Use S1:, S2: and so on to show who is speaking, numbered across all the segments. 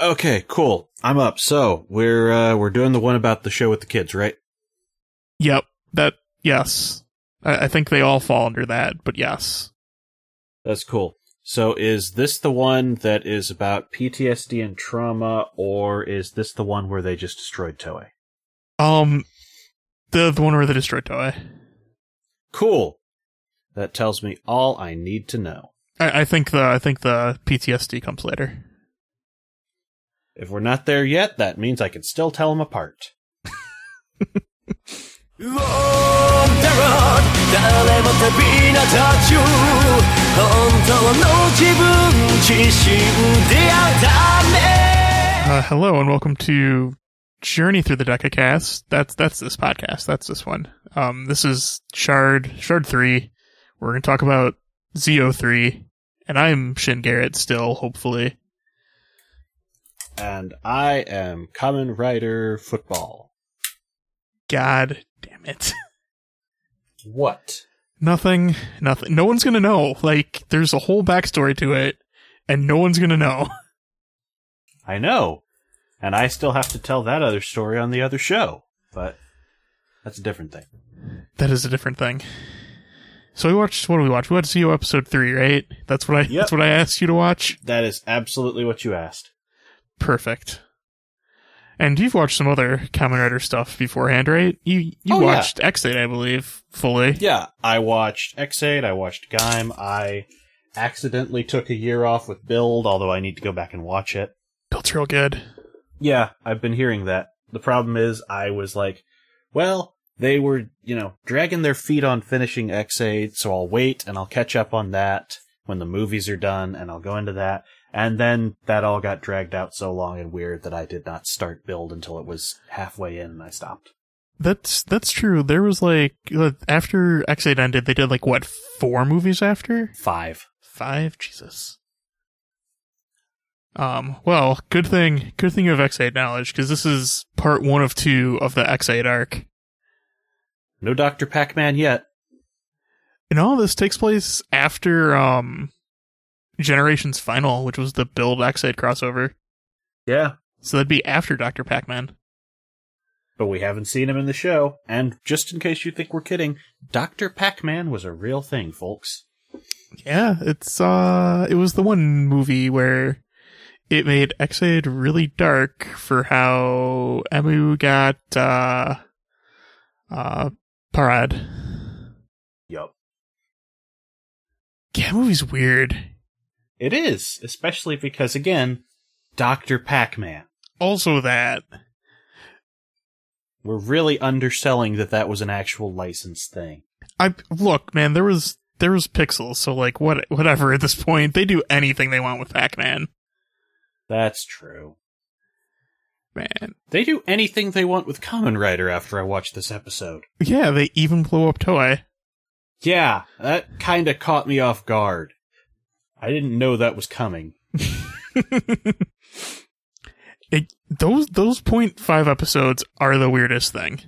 S1: Okay, cool. I'm up. So we're uh, we're doing the one about the show with the kids, right?
S2: Yep. That yes. I, I think they all fall under that, but yes.
S1: That's cool. So is this the one that is about PTSD and trauma, or is this the one where they just destroyed Toei?
S2: Um the the one where they destroyed Toei.
S1: Cool. That tells me all I need to know.
S2: I, I think the I think the PTSD comes later.
S1: If we're not there yet, that means I can still tell them apart.
S3: ロンダロー誰も旅立たちゅう本当の自分自身であるため
S2: Uh, hello and welcome to Journey Through the DecaCast. That's that's this podcast. That's this one. Um, this is Shard Shard Three. We're going to talk about Zo Three, and I'm Shin Garrett still, hopefully.
S1: And I am Common Rider Football.
S2: God damn it!
S1: What?
S2: nothing, nothing. No one's going to know. Like, there's a whole backstory to it, and no one's going to know.
S1: I know. And I still have to tell that other story on the other show. But that's a different thing.
S2: That is a different thing. So we watched. What do we watch? We watched Zo episode three, right? That's what I.
S1: Yep.
S2: That's what I asked you to watch.
S1: That is absolutely what you asked.
S2: Perfect. And you've watched some other Kamen Rider stuff beforehand, right? You you
S1: Oh, yeah.
S2: watched X8, I believe, fully.
S1: Yeah, I watched X8, I watched Gaim, I accidentally took a year off with Build, although I need to go back and watch it.
S2: Built real good.
S1: Yeah, I've been hearing that. The problem is, I was like, well, they were, you know, dragging their feet on finishing X8, so I'll wait and I'll catch up on that when the movies are done and I'll go into that. And then that all got dragged out so long and weird that I did not start build until it was halfway in and I stopped.
S2: That's that's true. There was like uh, after X8 ended, they did like what four movies after
S1: Five.
S2: five? Jesus. Um. Well, good thing good thing you have X8 knowledge because this is part one of two of the X8 arc.
S1: No Dr. Pac Man yet.
S2: And all this takes place after um, Generations Final, which was the Build X8 crossover.
S1: Yeah.
S2: So that'd be after Dr. Pac Man.
S1: But we haven't seen him in the show. And just in case you think we're kidding, Dr. Pac Man was a real thing, folks.
S2: Yeah, it's uh it was the one movie where it made X8 really dark for how Emu got uh uh Parad.
S1: Yup.
S2: Yeah, that movie's weird.
S1: It is, especially because again, Dr. Pac-Man.
S2: Also that.
S1: We're really underselling that that was an actual licensed thing.
S2: I look, man, there was there was pixels, so like what whatever at this point. They do anything they want with Pac-Man.
S1: That's true.
S2: Man.
S1: They do anything they want with Common Rider after I watch this episode.
S2: Yeah, they even blow up Toei.
S1: Yeah, that kinda caught me off guard. I didn't know that was coming.
S2: It, those those point five episodes are the weirdest thing.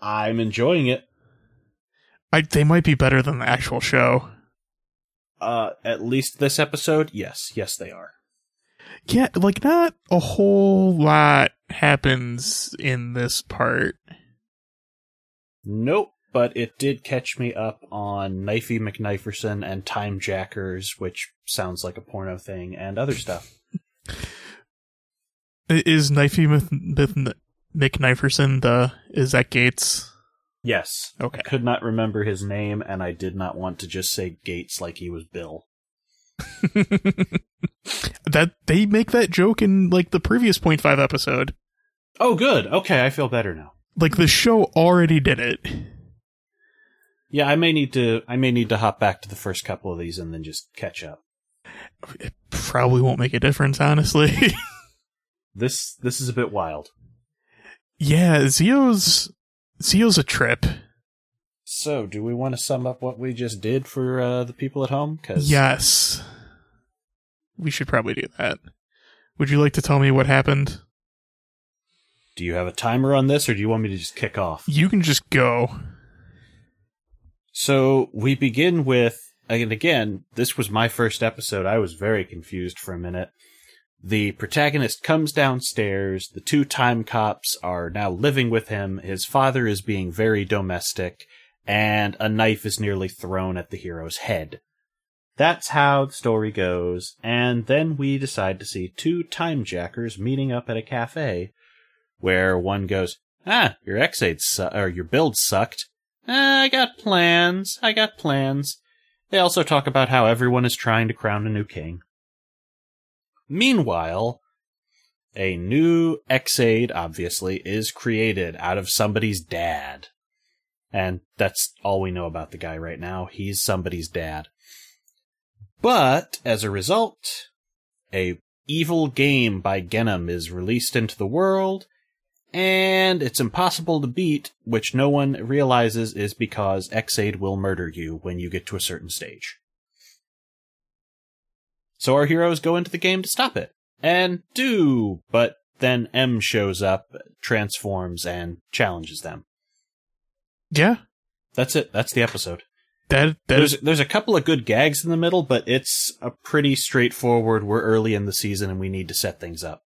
S1: I'm enjoying it.
S2: I, they might be better than the actual show.
S1: Uh, at least this episode? Yes, yes they are.
S2: Yeah, like not a whole lot happens in this part.
S1: Nope, but it did catch me up on Knifey McKniferson and Time Jackers, which sounds like a porno thing, and other stuff.
S2: I- Is Knifey Mith- Mith- McKniferson the is that Gates?
S1: Yes.
S2: Okay.
S1: I could not remember his name, and I did not want to just say Gates like he was Bill.
S2: that they make that joke in like the previous point five episode.
S1: Oh, good. Okay, I feel better now.
S2: Like the show already did it.
S1: Yeah, I may need to. I may need to hop back to the first couple of these and then just catch up.
S2: It probably won't make a difference, honestly.
S1: This this is a bit wild.
S2: yeah, Zio's Zio's a trip.
S1: So, do we want to sum up what we just did for uh, the people at home? Because
S2: Yes. We should probably do that. Would you like to tell me what happened?
S1: do you have a timer on this, or do you want me to just kick off?
S2: You can just go.
S1: So we begin with, and again, this was my first episode. I was very confused for a minute. The protagonist comes downstairs. The two time cops are now living with him. His father is being very domestic, and a knife is nearly thrown at the hero's head. That's how the story goes, and then we decide to see two time jackers meeting up at a cafe, where one goes, "Ah, your ex aid su- or your build sucked. Ah, I got plans. I got plans." They also talk about how everyone is trying to crown a new king. Meanwhile, a new Xaid, obviously, is created out of somebody's dad. And that's all we know about the guy right now. He's somebody's dad. But as a result, a evil game by Genom is released into the world, and it's impossible to beat, which no one realizes is because Xaid will murder you when you get to a certain stage. So our heroes go into the game to stop it. And do, but then M shows up, transforms, and challenges them.
S2: Yeah,
S1: That's it. That's the episode.
S2: that that
S1: There's
S2: is
S1: there's a couple of good gags in the middle, but it's a pretty straightforward. We're early in the season and we need to set things up.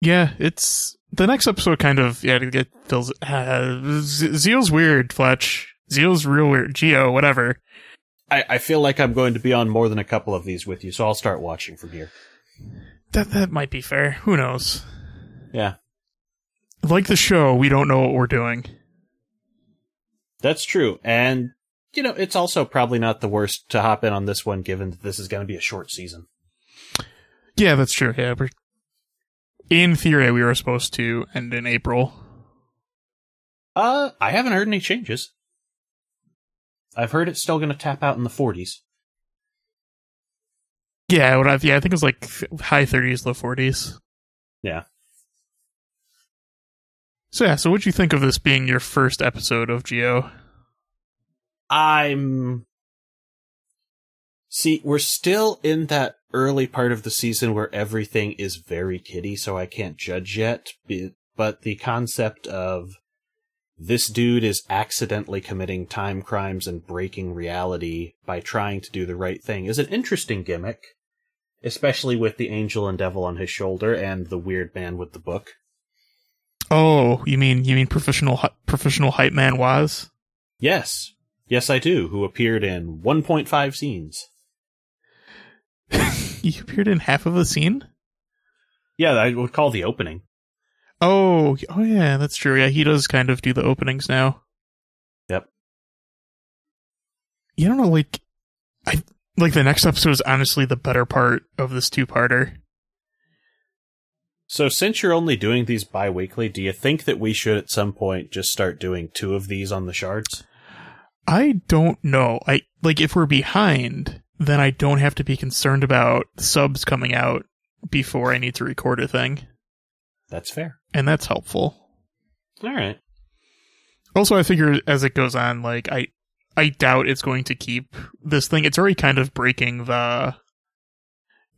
S2: yeah. It's the next episode kind of yeah. It get- feels uh, Z- Zeal's weird, Fletch. Zeal's real weird. Geo, whatever.
S1: I, I feel like I'm going to be on more than a couple of these with you, so I'll start watching from here.
S2: That that might be fair. Who knows?
S1: Yeah,
S2: Like the show, we don't know what we're doing.
S1: that's true. And you know, it's also probably not the worst to hop in on this one, given that this is going to be a short season.
S2: Yeah, that's true. Yeah, we're, in theory, we were supposed to end in April.
S1: Uh, I haven't heard any changes. I've heard it's still going to tap out in the 40s.
S2: Yeah, what I've, yeah, I think it was like f- high thirties, low forties.
S1: Yeah.
S2: So yeah, so what'd you think of this being your first episode of Geo?
S1: I'm. See, we're still in that early part of the season where everything is very kiddie, so I can't judge yet. be- But the concept of this dude is accidentally committing time crimes and breaking reality by trying to do the right thing is an interesting gimmick, especially with the angel and devil on his shoulder and the weird man with the book.
S2: Oh, you mean you mean professional hy- professional hype man was?
S1: Yes, yes, I do, who appeared in 1.5 scenes.
S2: You appeared in half of a scene.
S1: Yeah, I would call the opening.
S2: Oh, oh yeah, that's true. Yeah, he does kind of do the openings now.
S1: Yep.
S2: You don't know, like, I like the next episode is honestly the better part of this two-parter.
S1: So since you're only doing these bi-weekly, do you think that we should at some point just start doing two of these on the shards?
S2: I don't know. I like if we're behind, then I don't have to be concerned about subs coming out before I need to record a thing,
S1: That's fair.
S2: and that's helpful.
S1: All right.
S2: Also, I figure as it goes on, like I, I doubt it's going to keep this thing. It's already kind of breaking the,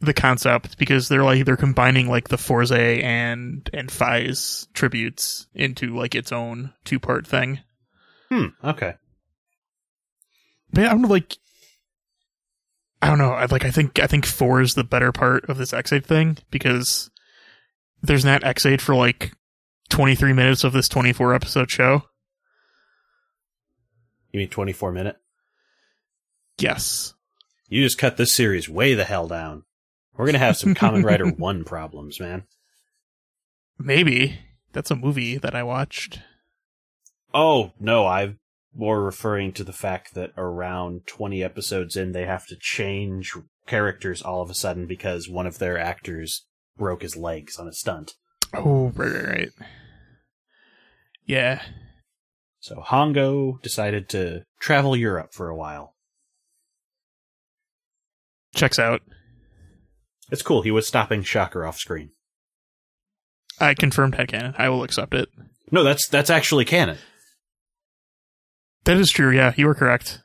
S2: the concept because they're like they're combining like the Forza and and Fi's tributes into like its own two part thing.
S1: Hmm. Okay.
S2: But yeah, I'm like, I don't know. I like. I think. I think four is the better part of this X8 thing because there's not X8 for like 23 minutes of this 24 episode show.
S1: You mean 24 minute?
S2: Yes.
S1: You just cut this series way the hell down. We're going to have some Common Rider 1 problems, man.
S2: Maybe. That's a movie that I watched.
S1: Oh, no, I'm more referring to the fact that around 20 episodes in, they have to change characters all of a sudden because one of their actors broke his legs on a stunt.
S2: Oh, right, right, right. Yeah.
S1: So Hongo decided to travel Europe for a while.
S2: Checks out.
S1: It's cool. He was stopping Shocker off screen.
S2: I confirmed headcanon. I will accept it.
S1: No, that's that's actually canon.
S2: That is true. Yeah, you were correct.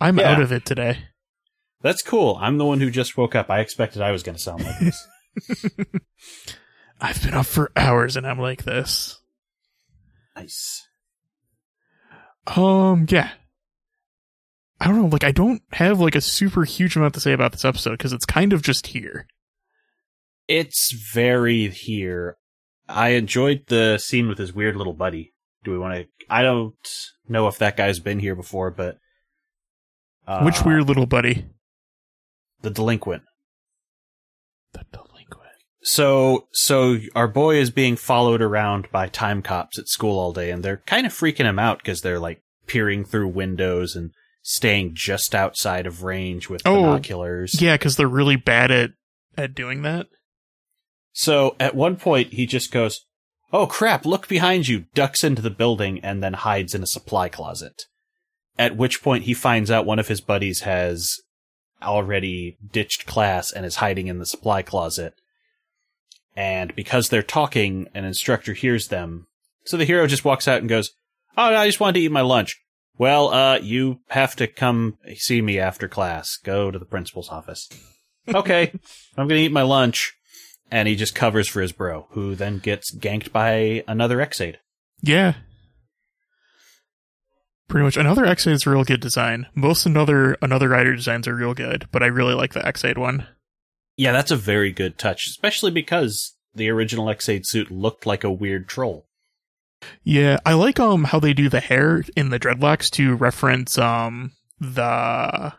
S2: I'm
S1: Yeah.
S2: out of it today.
S1: That's cool. I'm the one who just woke up. I expected I was going to sound like this.
S2: I've been up for hours and I'm like this.
S1: nice.
S2: Um, yeah. I don't know, like I don't have like a super huge amount to say about this episode because it's kind of just here.
S1: It's very here. I enjoyed the scene with his weird little buddy. Do we want to? I don't know if that guy's been here before, but uh,
S2: Which weird little buddy?
S1: the delinquent.
S2: The delinquent.
S1: So, so our boy is being followed around by time cops at school all day, and they're kind of freaking him out because they're like peering through windows and staying just outside of range with
S2: Oh,
S1: binoculars.
S2: Yeah, because they're really bad at at doing that.
S1: So at one point, he just goes, Oh crap, look behind you, ducks into the building, and then hides in a supply closet. At which point, he finds out one of his buddies has already ditched class and is hiding in the supply closet. And because they're talking, an instructor hears them. So the hero just walks out and goes, Oh, no, I just wanted to eat my lunch. Well, uh, you have to come see me after class. Go to the principal's office. okay, I'm going to eat my lunch and he just covers for his bro, who then gets ganked by another Xaid.
S2: Yeah. Pretty much another X8 is a real good design. Most another another rider designs are real good, but I really like the X8 one.
S1: Yeah, that's a very good touch, especially because the original Xaid suit looked like a weird troll.
S2: Yeah, I like um how they do the hair in the dreadlocks to reference um the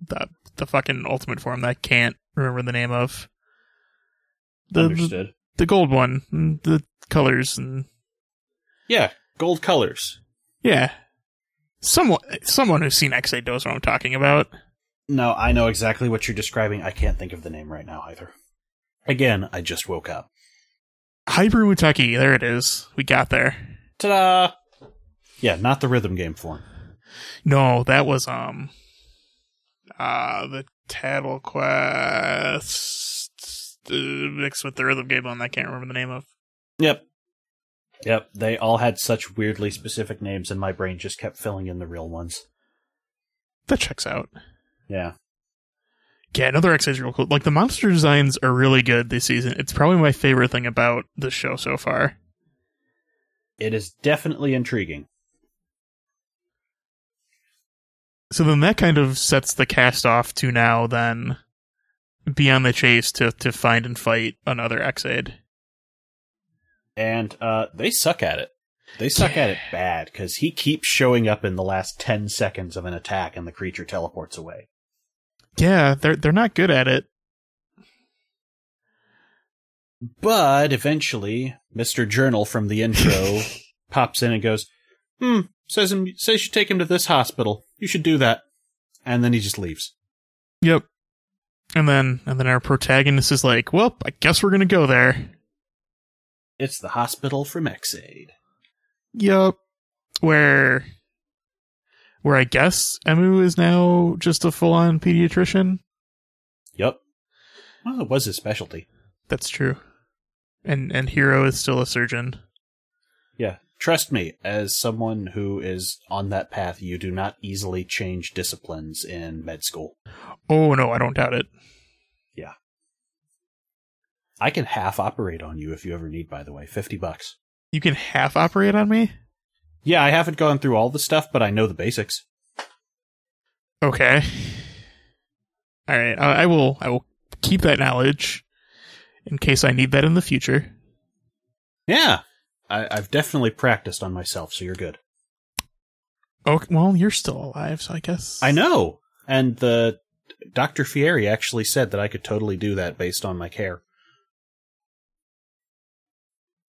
S2: the the fucking ultimate form that I can't remember the name of. The, the
S1: Understood.
S2: the gold one, and the colors and
S1: Yeah, gold colors.
S2: yeah. Someone someone who's seen X8 knows what I'm talking about.
S1: No, I know exactly what you're describing. I can't think of the name right now either. Again, I just woke up.
S2: Hyper Muteki, there it is. We got there.
S1: Ta-da! Yeah, not the rhythm game form.
S2: No, that was um uh the title quest uh, mixed with the rhythm game one I can't remember the name of.
S1: Yep. Yep, they all had such weirdly specific names, and my brain just kept filling in the real ones.
S2: That checks out.
S1: Yeah.
S2: Yeah, another X is real cool. Like the monster designs are really good this season. It's probably my favorite thing about the show so far.
S1: It is definitely intriguing.
S2: So then that kind of sets the cast off to now then be on the chase to to find and fight another X-Aid.
S1: and uh, they suck at it. They suck at it bad because he keeps showing up in the last ten seconds of an attack, and the creature teleports away.
S2: Yeah, they're they're not good at it.
S1: But eventually, Mister Journal from the intro pops in and goes, "Hmm, says him, says you take him to this hospital. You should do that." And then he just leaves.
S2: Yep. And then and then our protagonist is like, "Well, I guess we're gonna go there."
S1: It's the hospital from Xaid.
S2: Yep. Where where I guess Emu is now just a full on pediatrician.
S1: Yep. Well, it was his specialty.
S2: That's true. And and Hero is still a surgeon.
S1: Yeah. Trust me, as someone who is on that path, you do not easily change disciplines in med school.
S2: Oh no, I don't doubt it.
S1: I can half operate on you if you ever need, by the way. 50 bucks.
S2: You can half operate on me?
S1: Yeah, I haven't gone through all the stuff, but I know the basics.
S2: Okay. All right. I, I will I will keep that knowledge in case I need that in the future.
S1: Yeah. I, I've definitely practiced on myself, so you're good.
S2: Okay, well, you're still alive, so I guess
S1: I know. And the Dr. Fieri actually said that I could totally do that based on my care.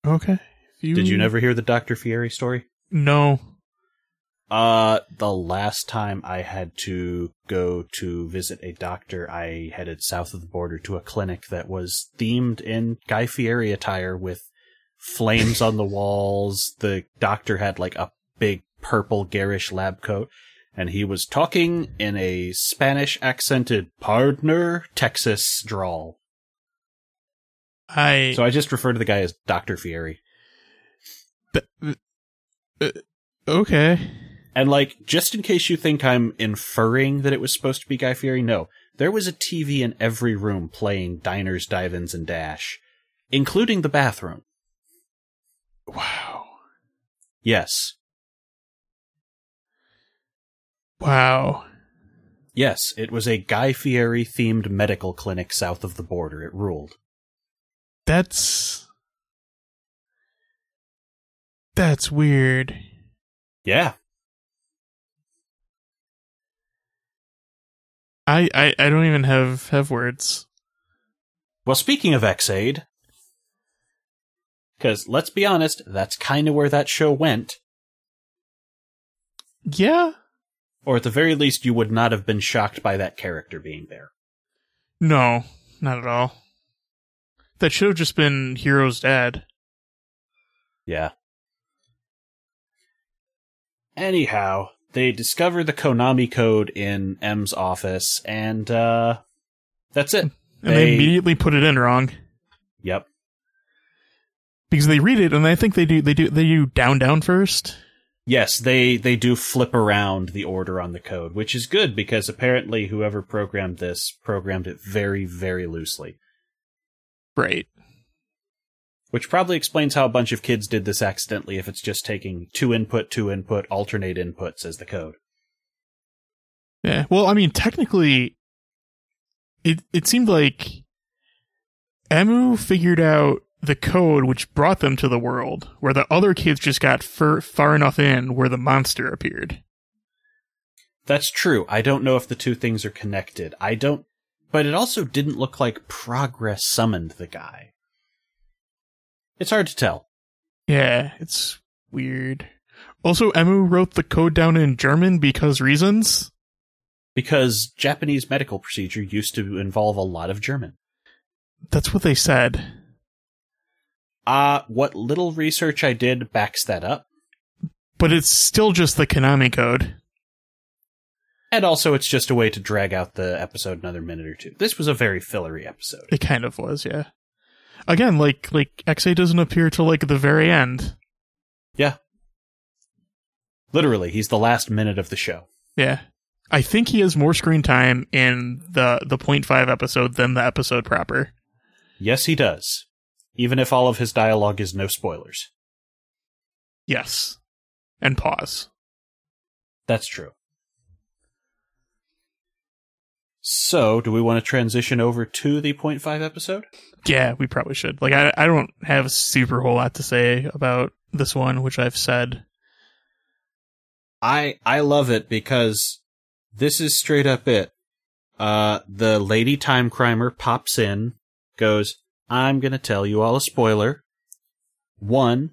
S2: Okay. If
S1: Did you never hear the Dr. Fieri story?
S2: No.
S1: Uh, the last time I had to go to visit a doctor, I headed south of the border to a clinic that was themed in Guy Fieri attire with flames on the walls. The doctor had like a big purple garish lab coat and he was talking in a Spanish accented partner Texas drawl.
S2: I
S1: So I just refer to the guy as Dr. Fieri.
S2: Th- uh, okay.
S1: And like, just in case you think I'm inferring that it was supposed to be Guy Fieri, no. There was a TV in every room playing Diners, Dive-Ins, and Dash, including the bathroom.
S2: Wow.
S1: Yes.
S2: Wow.
S1: Yes, it was a Guy Fieri themed medical clinic south of the border. It ruled.
S2: That's that's weird.
S1: Yeah.
S2: I I, I don't even have have words.
S1: Well, speaking of Xaid, because let's be honest, that's kind of where that show went.
S2: Yeah.
S1: Or at the very least, you would not have been shocked by that character being there.
S2: No, not at all. That should have just been Hero's dad.
S1: Yeah. Anyhow, they discover the Konami code in M's office, and uh, that's it.
S2: And
S1: They-
S2: they immediately put it in wrong.
S1: Yep.
S2: Because they read it and I think they do they do they do down down first.
S1: Yes, they they do flip around the order on the code, which is good because apparently whoever programmed this programmed it very very loosely,
S2: Right.
S1: which probably explains how a bunch of kids did this accidentally if it's just taking two input two input alternate inputs as the code.
S2: Yeah. Well, I mean, technically, it it seemed like Emu figured out the code which brought them to the world, where the other kids just got fur, far enough in where the monster appeared.
S1: That's true. I don't know if the two things are connected. I don't but it also didn't look like progress summoned the guy. It's hard to tell.
S2: Yeah, it's weird. Also, Emu wrote the code down in German because reasons.
S1: Because Japanese medical procedure used to involve a lot of German.
S2: That's what they said.
S1: Uh, what little research I did backs that up.
S2: But it's still just the Konami code.
S1: And also, it's just a way to drag out the episode another minute or two. This was a very fillery episode.
S2: It kind of was, yeah. Again, like like XA doesn't appear till like the very end.
S1: Yeah. Literally, he's the last minute of the show.
S2: Yeah. I think he has more screen time in the the point five episode than the episode proper.
S1: Yes, he does. Even if all of his dialogue is no spoilers.
S2: Yes. And pause.
S1: That's true. So, do we want to transition over to the point five episode?
S2: Yeah, we probably should. Like I I don't have a super whole lot to say about this one, which I've said.
S1: I I love it because this is straight up it. Uh the lady time crimer pops in, goes, "I'm going to tell you all a spoiler. One,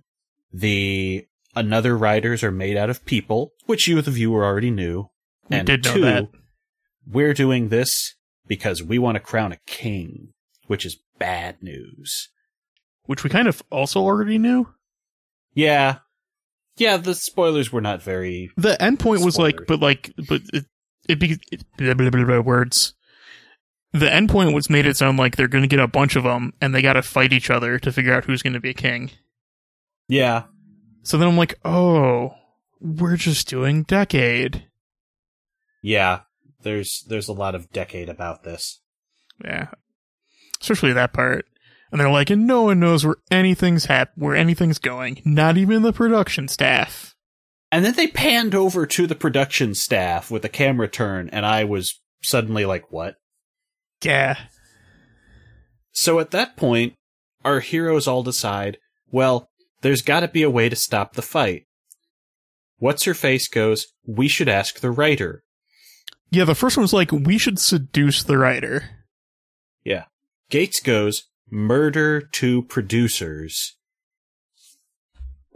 S1: the another riders are made out of people, which you the viewer already knew.
S2: We
S1: and
S2: did know
S1: two,
S2: that.
S1: we're doing this because we want to crown a king, which is bad news."
S2: Which we kind of also already knew.
S1: Yeah. Yeah, the spoilers were not very
S2: The end point was like
S1: Spoilers.
S2: but like but it, it, be, it blah, blah, blah, blah, words. The end point was made it sound like they're going to get a bunch of them and they got to fight each other to figure out who's going to be king.
S1: Yeah.
S2: So then I'm like, oh, we're just doing decade.
S1: Yeah, there's there's a lot of decade about this.
S2: Yeah. Especially that part. And they're like, and no one knows where anything's hap- where anything's going. Not even the production staff.
S1: And then they panned over to the production staff with a camera turn, and I was suddenly like, "What?"
S2: Yeah.
S1: So at that point, our heroes all decide, "Well, there's got to be a way to stop the fight." What's her face goes, "We should ask the writer."
S2: Yeah, the first one was like, we should seduce the writer.
S1: Yeah. Gates goes, "Murder to producers."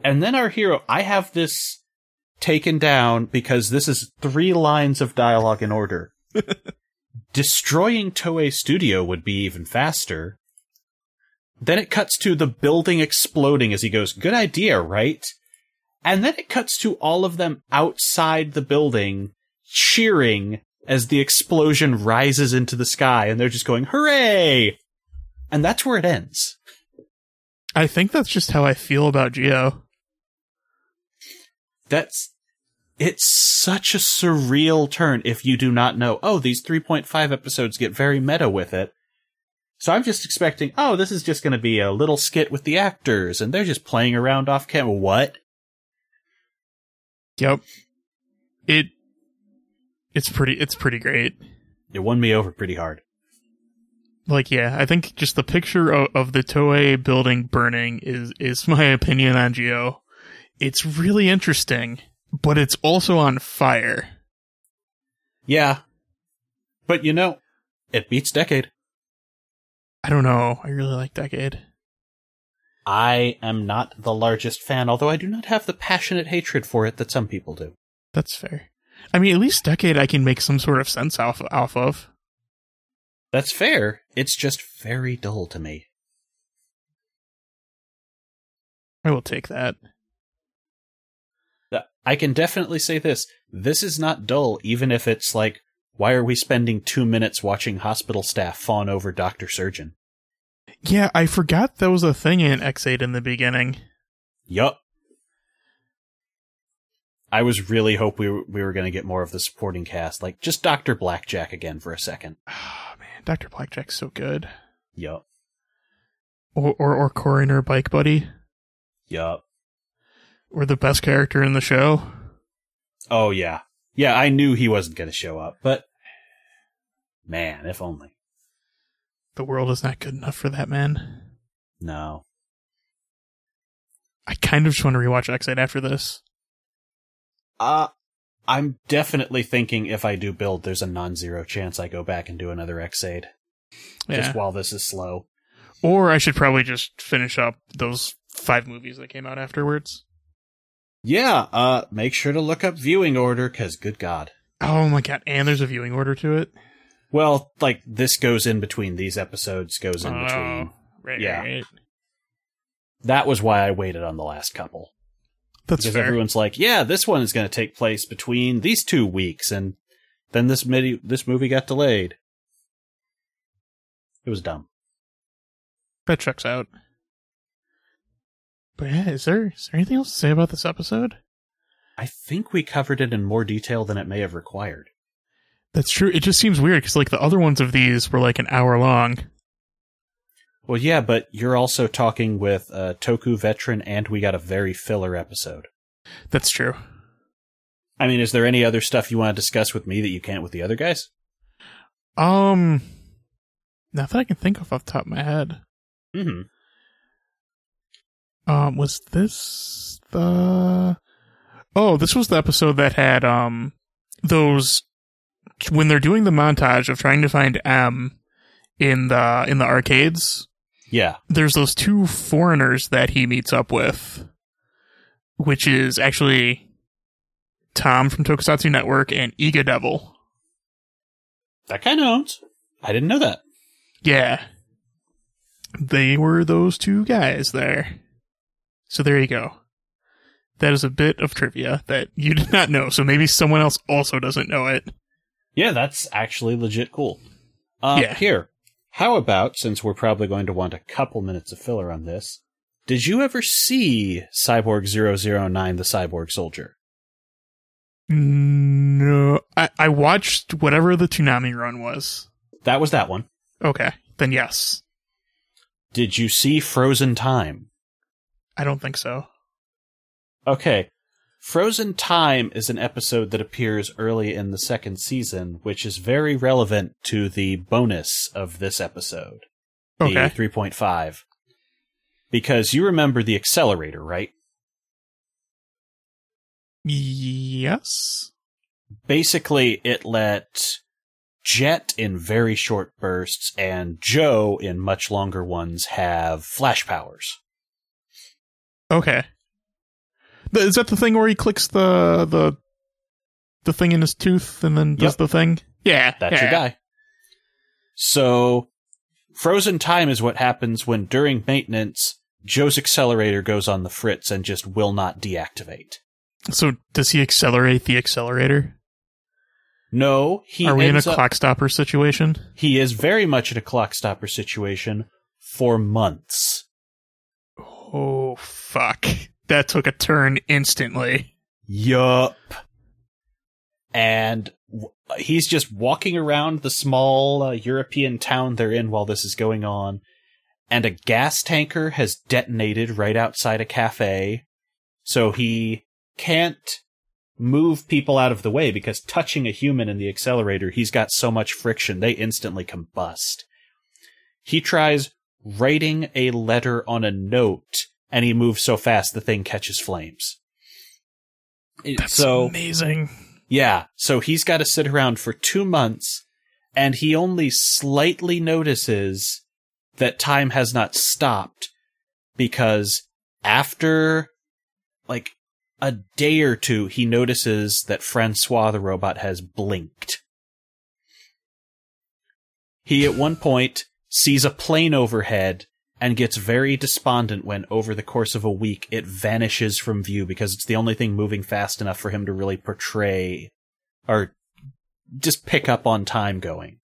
S1: And then our hero, I have this taken down because this is three lines of dialogue in order. Destroying Toei Studio would be even faster. Then it cuts to the building exploding as he goes, Good idea, right? And then it cuts to all of them outside the building cheering as the explosion rises into the sky and they're just going, Hooray! And that's where it ends.
S2: I think that's just how I feel about Geo.
S1: that's it's such a surreal turn if you do not know oh these 3.5 episodes get very meta with it so i'm just expecting oh this is just going to be a little skit with the actors and they're just playing around off camera what
S2: Yep. It it's pretty it's pretty great.
S1: It won me over pretty hard.
S2: Like yeah, I think just the picture of, of the Toei building burning is is my opinion on Geo. It's really interesting, but it's also on fire.
S1: Yeah. But you know, it beats Decade.
S2: I don't know. I really like Decade.
S1: I am not the largest fan, although I do not have the passionate hatred for it that some people do.
S2: That's fair. I mean, at least Decade I can make some sort of sense off, off of.
S1: That's fair. It's just very dull to me.
S2: I will take that.
S1: Th- I can definitely say this. This is not dull, even if it's like, why are we spending two minutes watching hospital staff fawn over Dr. Surgeon?
S2: Yeah, I forgot that was a thing in X8 in the beginning.
S1: Yup. I was really hope we were, we were going to get more of the supporting cast, like just Doctor Blackjack again for a second.
S2: Oh, man, Dr. Blackjack's so good.
S1: Yup,
S2: Or, or, or Coroner Bike Buddy,
S1: yup.
S2: or the best character in the show.
S1: Oh yeah, yeah. I knew he wasn't going to show up, but man, if only.
S2: The world is not good enough for that man.
S1: No,
S2: I kind of just want to rewatch X8 after this.
S1: uh, I'm definitely thinking if I do build, there's a non-zero chance I go back and do another Xade
S2: Yeah.
S1: just while this is slow.
S2: Or I should probably just finish up those five movies that came out afterwards.
S1: Yeah, uh, make sure to look up viewing order, cause good god.
S2: Oh my god, and there's a viewing order to it.
S1: Well, like this goes in between these episodes, goes in between.
S2: Oh, right,
S1: Yeah.
S2: right.
S1: That was why I waited on the last couple.
S2: That's
S1: because
S2: fair.
S1: everyone's like, "Yeah, this one is going to take place between these two weeks," and then this midi- this movie got delayed. It was dumb.
S2: that checks out. But yeah, is there is there anything else to say about this episode?
S1: I think we covered it in more detail than it may have required.
S2: That's true. It just seems weird because like the other ones of these were like an hour long.
S1: Well, yeah, but you're also talking with a Toku veteran, and we got a very filler episode.
S2: That's true.
S1: I mean, is there any other stuff you want to discuss with me that you can't with the other guys?
S2: Um, not that I can think of off the top of my head.
S1: Mm-hmm.
S2: Um, was this the? Oh, this was the episode that had um those when they're doing the montage of trying to find M in the in the arcades.
S1: Yeah,
S2: there's those two foreigners that he meets up with, which is actually Tom from Tokusatsu Network and Ega Devil.
S1: that kind of owns. I didn't know that.
S2: Yeah. They were those two guys there. So there you go. That is a bit of trivia that you did not know, so maybe someone else also doesn't know it.
S1: Yeah, that's actually legit cool. Uh,
S2: Yeah.
S1: Here, how about since we're probably going to want a couple minutes of filler on this? Did you ever see Cyborg 009, the Cyborg Soldier?
S2: No, I, I watched whatever the Toonami run was.
S1: That was that one.
S2: Okay, then yes.
S1: Did you see Frozen Time?
S2: I don't think so.
S1: Okay. Frozen Time is an episode that appears early in the second season, which is very relevant to the bonus of this episode,
S2: Okay.
S1: the 3.5. Because you remember the accelerator, right?
S2: Yes.
S1: basically it let Jet in very short bursts and Joe in much longer ones have flash powers.
S2: Okay. Th- Is that the thing where he clicks the the the thing in his tooth and then does
S1: Yep.
S2: the thing? Yeah,
S1: That's
S2: yeah.
S1: your guy. So frozen time is what happens when during maintenance Joe's accelerator goes on the fritz and just will not deactivate.
S2: So does he accelerate the accelerator?
S1: No, he
S2: Are we in a
S1: ends up-
S2: clock stopper situation?
S1: he is very much in a clock stopper situation for months.
S2: Oh fuck! That took a turn instantly.
S1: Yup. And w- he's just walking around the small uh, European town they're in while this is going on. And a gas tanker has detonated right outside a cafe. So he can't move people out of the way because touching a human in the accelerator, he's got so much friction, they instantly combust. He tries writing a letter on a note and he moves so fast the thing catches flames. It-
S2: That's
S1: so
S2: amazing.
S1: yeah. So he's got to sit around for two months and he only slightly notices that time has not stopped because after like a day or two, he notices that Francois the robot has blinked. He at one point sees a plane overhead and gets very despondent when over the course of a week it vanishes from view because it's the only thing moving fast enough for him to really portray or just pick up on time going.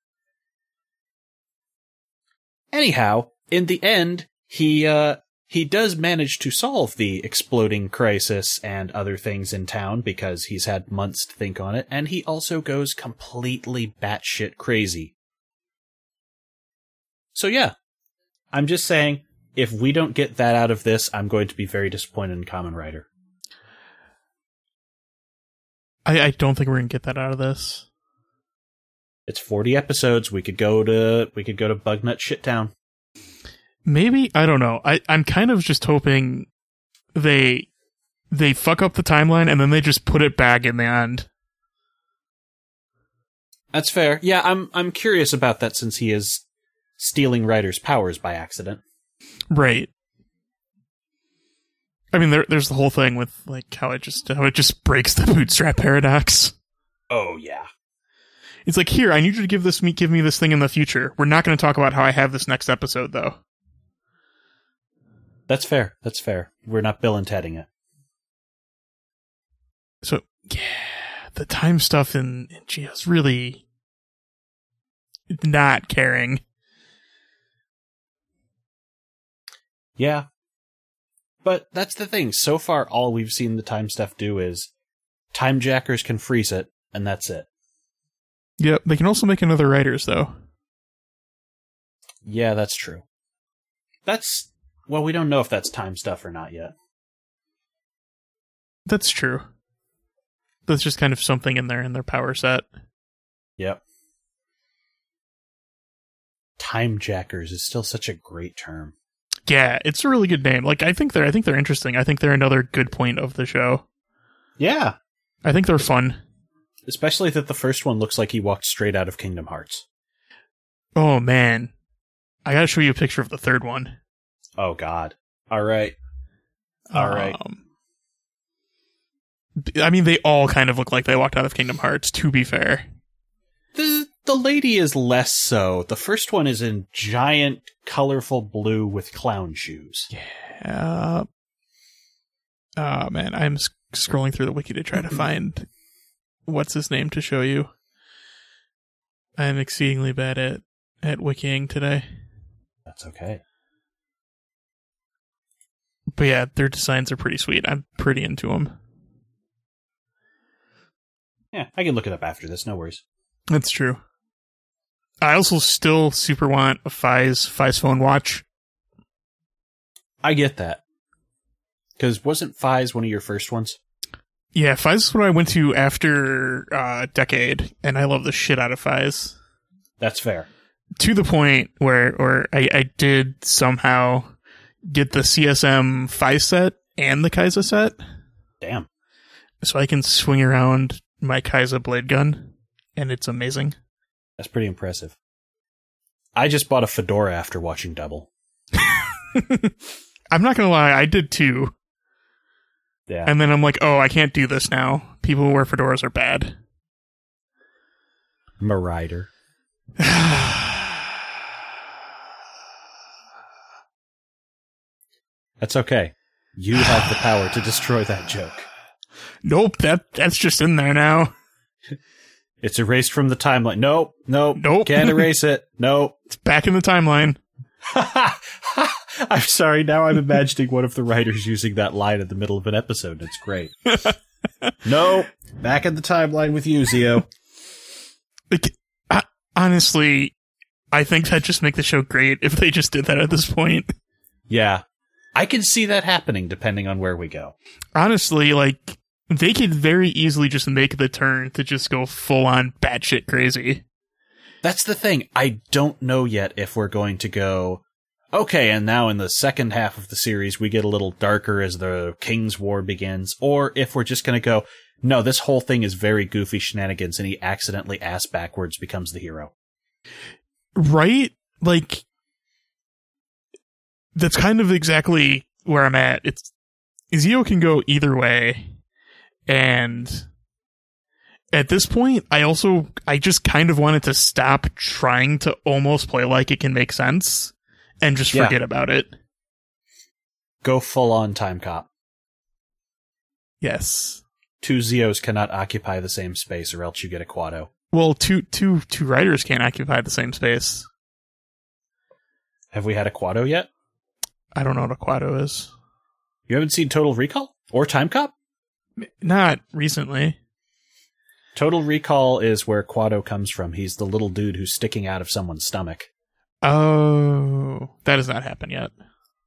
S1: Anyhow, in the end, he uh he does manage to solve the exploding crisis and other things in town because he's had months to think on it, and he also goes completely batshit crazy. So yeah, I'm just saying, if we don't get that out of this, I'm going to be very disappointed in Common Rider.
S2: I, I don't think we're gonna get that out of this.
S1: It's 40 episodes. We could go to we could go to Bugnut Shittown.
S2: Maybe I don't know. I I'm kind of just hoping they they fuck up the timeline and then they just put it back in the end.
S1: That's fair. Yeah, I'm I'm curious about that since he is stealing Ryder's powers by accident.
S2: Right. I mean, there, there's the whole thing with like how it just how it just breaks the bootstrap paradox.
S1: Oh yeah.
S2: It's like here, I need you to give this me give me this thing in the future. We're not going to talk about how I have this next episode though.
S1: That's fair. That's fair. We're not Bill and Tedding it.
S2: So yeah, the time stuff in, in Geo's really not caring.
S1: Yeah. But that's the thing. So far all we've seen the time stuff do is time jackers can freeze it and that's it.
S2: Yep, they can also make another writers though.
S1: Yeah, that's true. That's well, we don't know if that's time stuff or not yet.
S2: That's true. That's just kind of something in their in their power set.
S1: Yep. Time jackers is still such a great term.
S2: Yeah, it's a really good name. Like I think they're I think they're interesting. I think they're another good point of the show.
S1: Yeah.
S2: I think they're fun.
S1: Especially that the first one looks like he walked straight out of Kingdom Hearts.
S2: Oh man. I gotta show you a picture of the third one.
S1: Oh god. Alright. All right.
S2: Um, I mean, they all kind of look like they walked out of Kingdom Hearts. To be fair,
S1: The the lady is less so. The first one is in giant colorful blue with clown shoes.
S2: uh, oh man, I'm sc- scrolling through the wiki to try to find what's his name to show you. I'm exceedingly bad at at wikiing today,
S1: That's okay.
S2: but yeah, their designs are pretty sweet. I'm pretty into them.
S1: Yeah, I can look it up after this, no worries.
S2: That's true. I also still super want a Fi's Fi's phone watch.
S1: I get that. Cause wasn't Fi's one of your first ones?
S2: Yeah, Fi's is what I went to after uh, Decade, and I love the shit out of Fi's.
S1: That's fair.
S2: To the point where, or I, I did somehow get the CSM Fi set and the Kaiza set,
S1: Damn.
S2: so I can swing around my Kaiza blade gun, and it's amazing.
S1: That's pretty impressive. I just bought a fedora after watching Double.
S2: I'm not gonna lie, I did too,
S1: Yeah.
S2: and then I'm like, oh, I can't do this now. People who wear fedoras are bad.
S1: Marider. That's okay. You have the power to destroy that joke.
S2: Nope, that that's just in there now.
S1: It's erased from the timeline. Nope. Nope.
S2: Nope.
S1: Can't erase it. Nope.
S2: It's back in the timeline.
S1: I'm sorry. Now I'm imagining one of the writers using that line in the middle of an episode. It's great. nope. Back in the timeline with you, Zio.
S2: Like, I, honestly, I think that'd just make the show great if they just did that at this point.
S1: Yeah. I can see that happening depending on where we go.
S2: Honestly, like, they could very easily just make the turn to just go full on batshit crazy.
S1: That's the thing. I don't know yet if we're going to go, okay, and now in the second half of the series, we get a little darker as the King's War begins, or if we're just going to go, no, this whole thing is very goofy shenanigans, and he accidentally ass backwards becomes the hero.
S2: Right? Like, that's kind of exactly where I'm at. It's Zio can go either way, and at this point, I also I just kind of wanted to stop trying to almost play like it can make sense and just
S1: Yeah.
S2: forget about it.
S1: Go full on time cop.
S2: Yes.
S1: Two Zeos cannot occupy the same space, or else you get a Quado.
S2: Well, two two two writers can't occupy the same space.
S1: Have we had a Quado yet?
S2: I don't know what a quado is.
S1: You haven't seen Total Recall or Time Cop?
S2: Not recently.
S1: Total Recall is where Quado comes from. He's the little dude who's sticking out of someone's stomach.
S2: Oh, that has not happened yet.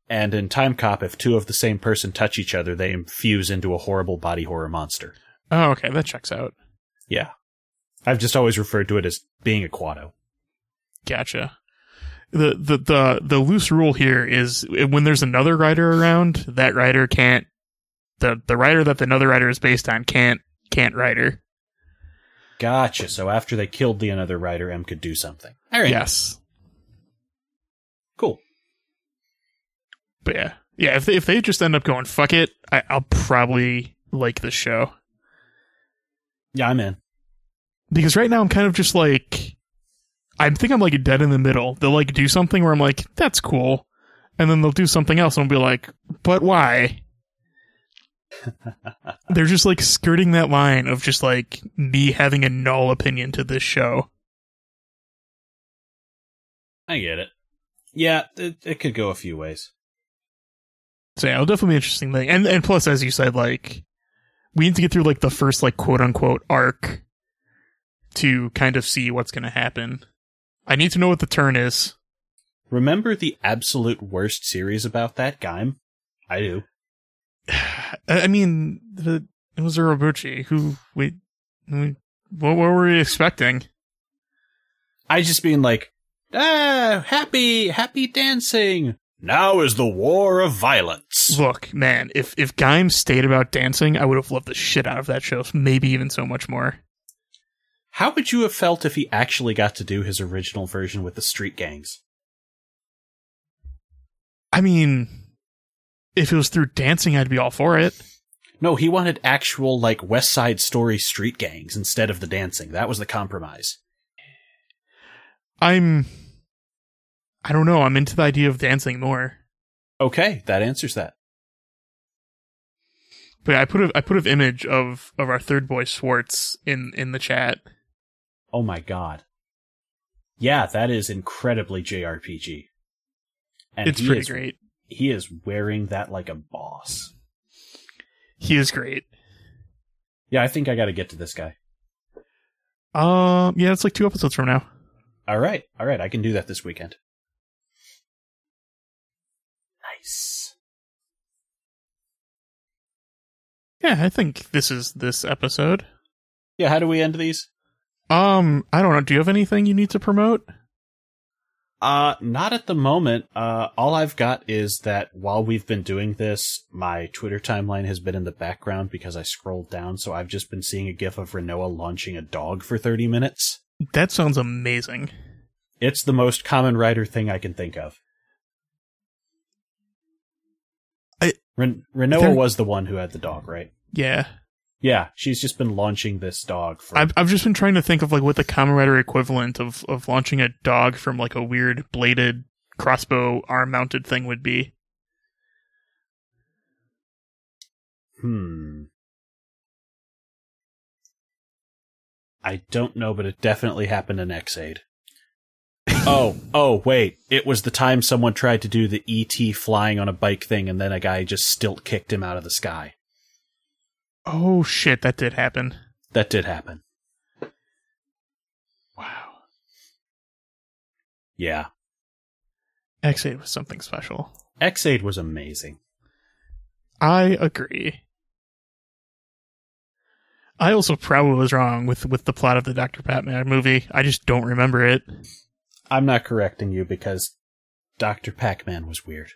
S1: And in Time Cop, if two of the same person touch each other, they fuse into a horrible body horror monster.
S2: Oh, okay, that checks out.
S1: Yeah. I've just always referred to it as being a Quado.
S2: Gotcha. The, the the the loose rule here is when there's another writer around, that writer can't the the writer that the another writer is based on can't can't writer.
S1: Gotcha. So after they killed the another rider, M could do something. All right.
S2: Yes.
S1: Cool.
S2: But yeah. Yeah, if they, if they just end up going fuck it, I, I'll probably like this show.
S1: Yeah, I'm in.
S2: Because right now I'm kind of just like I think I'm like dead in the middle. They'll like do something where I'm like, that's cool. And then they'll do something else and I'll be like, but why? They're just like skirting that line of just like me having a null opinion to this show.
S1: I get it. Yeah, it, it could go a few ways.
S2: So yeah, it'll definitely be an interesting thing. And and plus, as you said, like we need to get through like the first like quote unquote arc to kind of see what's gonna happen. I need to know what the turn is.
S1: Remember the absolute worst series about that, Gaim? I do.
S2: I I mean, the, it was Urobuchi. Who we, we what, what were we expecting?
S1: I just mean like, ah, happy, happy dancing. Now is the war of violence.
S2: Look, man, if if Gaim stayed about dancing, I would have loved the shit out of that show. Maybe even so much more.
S1: How would you have felt if he actually got to do his original version with the street gangs?
S2: I mean, if it was through dancing, I'd be all for it.
S1: No, he wanted actual, like, West Side Story street gangs instead of the dancing. That was the compromise.
S2: I'm. I don't know. I'm into the idea of dancing more.
S1: Okay, that answers that.
S2: But I put a I put an image of of our third boy Schwartz in in the chat.
S1: Oh my god. Yeah, that is incredibly JRPG. And
S2: it's
S1: he
S2: pretty
S1: is-
S2: great.
S1: He is wearing that like a boss.
S2: He is great.
S1: Yeah, I think I gotta get to this guy.
S2: Um, yeah, it's like two episodes from now.
S1: All right, all right, I can do that this weekend. Nice.
S2: Yeah, I think this is this episode.
S1: Yeah, how do we end these?
S2: Um, I don't know. Do you have anything you need to promote?
S1: Uh, not at the moment. Uh, all I've got is that while we've been doing this, my Twitter timeline has been in the background because I scrolled down, so I've just been seeing a gif of Renoa launching a dog for 30 minutes.
S2: That sounds amazing.
S1: It's the most common writer thing I can think of.
S2: I-
S1: Ren- Renoa
S2: There-
S1: was the one who had the dog, right?
S2: Yeah,
S1: Yeah, she's just been launching this dog for
S2: I've I've just been trying to think of like what the common writer equivalent of of launching a dog from like a weird bladed crossbow arm mounted thing would be.
S1: Hmm. I don't know, but it definitely happened in Xaid. oh, oh, wait. It was the time someone tried to do the ET flying on a bike thing, and then a guy just stilt kicked him out of the sky.
S2: Oh shit, that did happen.
S1: That did happen.
S2: Wow,
S1: Yeah.
S2: X8 was something special.
S1: Xaid was amazing.
S2: I agree. I also probably was wrong with with the plot of the Doctor Batman movie. I just don't remember it.
S1: I'm not correcting you because Dr. Pac Man was weird.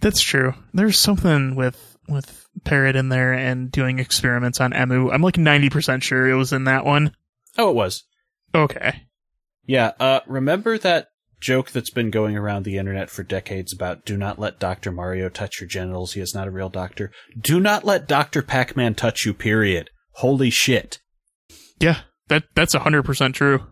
S2: That's true. There's something with with Parrot in there and doing experiments on Emu. I'm like 90% sure it was in that one.
S1: Oh, it was.
S2: Okay.
S1: Yeah, uh, remember that joke that's been going around the internet for decades about do not let Dr. Mario touch your genitals, he is not a real doctor? Do not let Dr. Pac Man touch you, period. Holy shit.
S2: Yeah. That that's 100% true.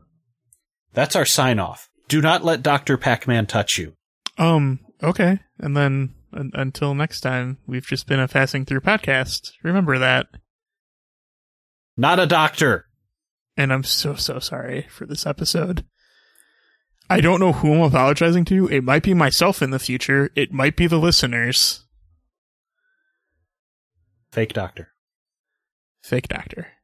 S1: That's our sign off. Do not let Dr. Pac Man touch you.
S2: Um okay. And then un- until next time, we've just been a passing through podcast. Remember that.
S1: Not a doctor.
S2: and I'm so so sorry for this episode. I don't know who I'm apologizing to. It might be myself in the future. It might be the listeners.
S1: Fake doctor.
S2: Fake doctor.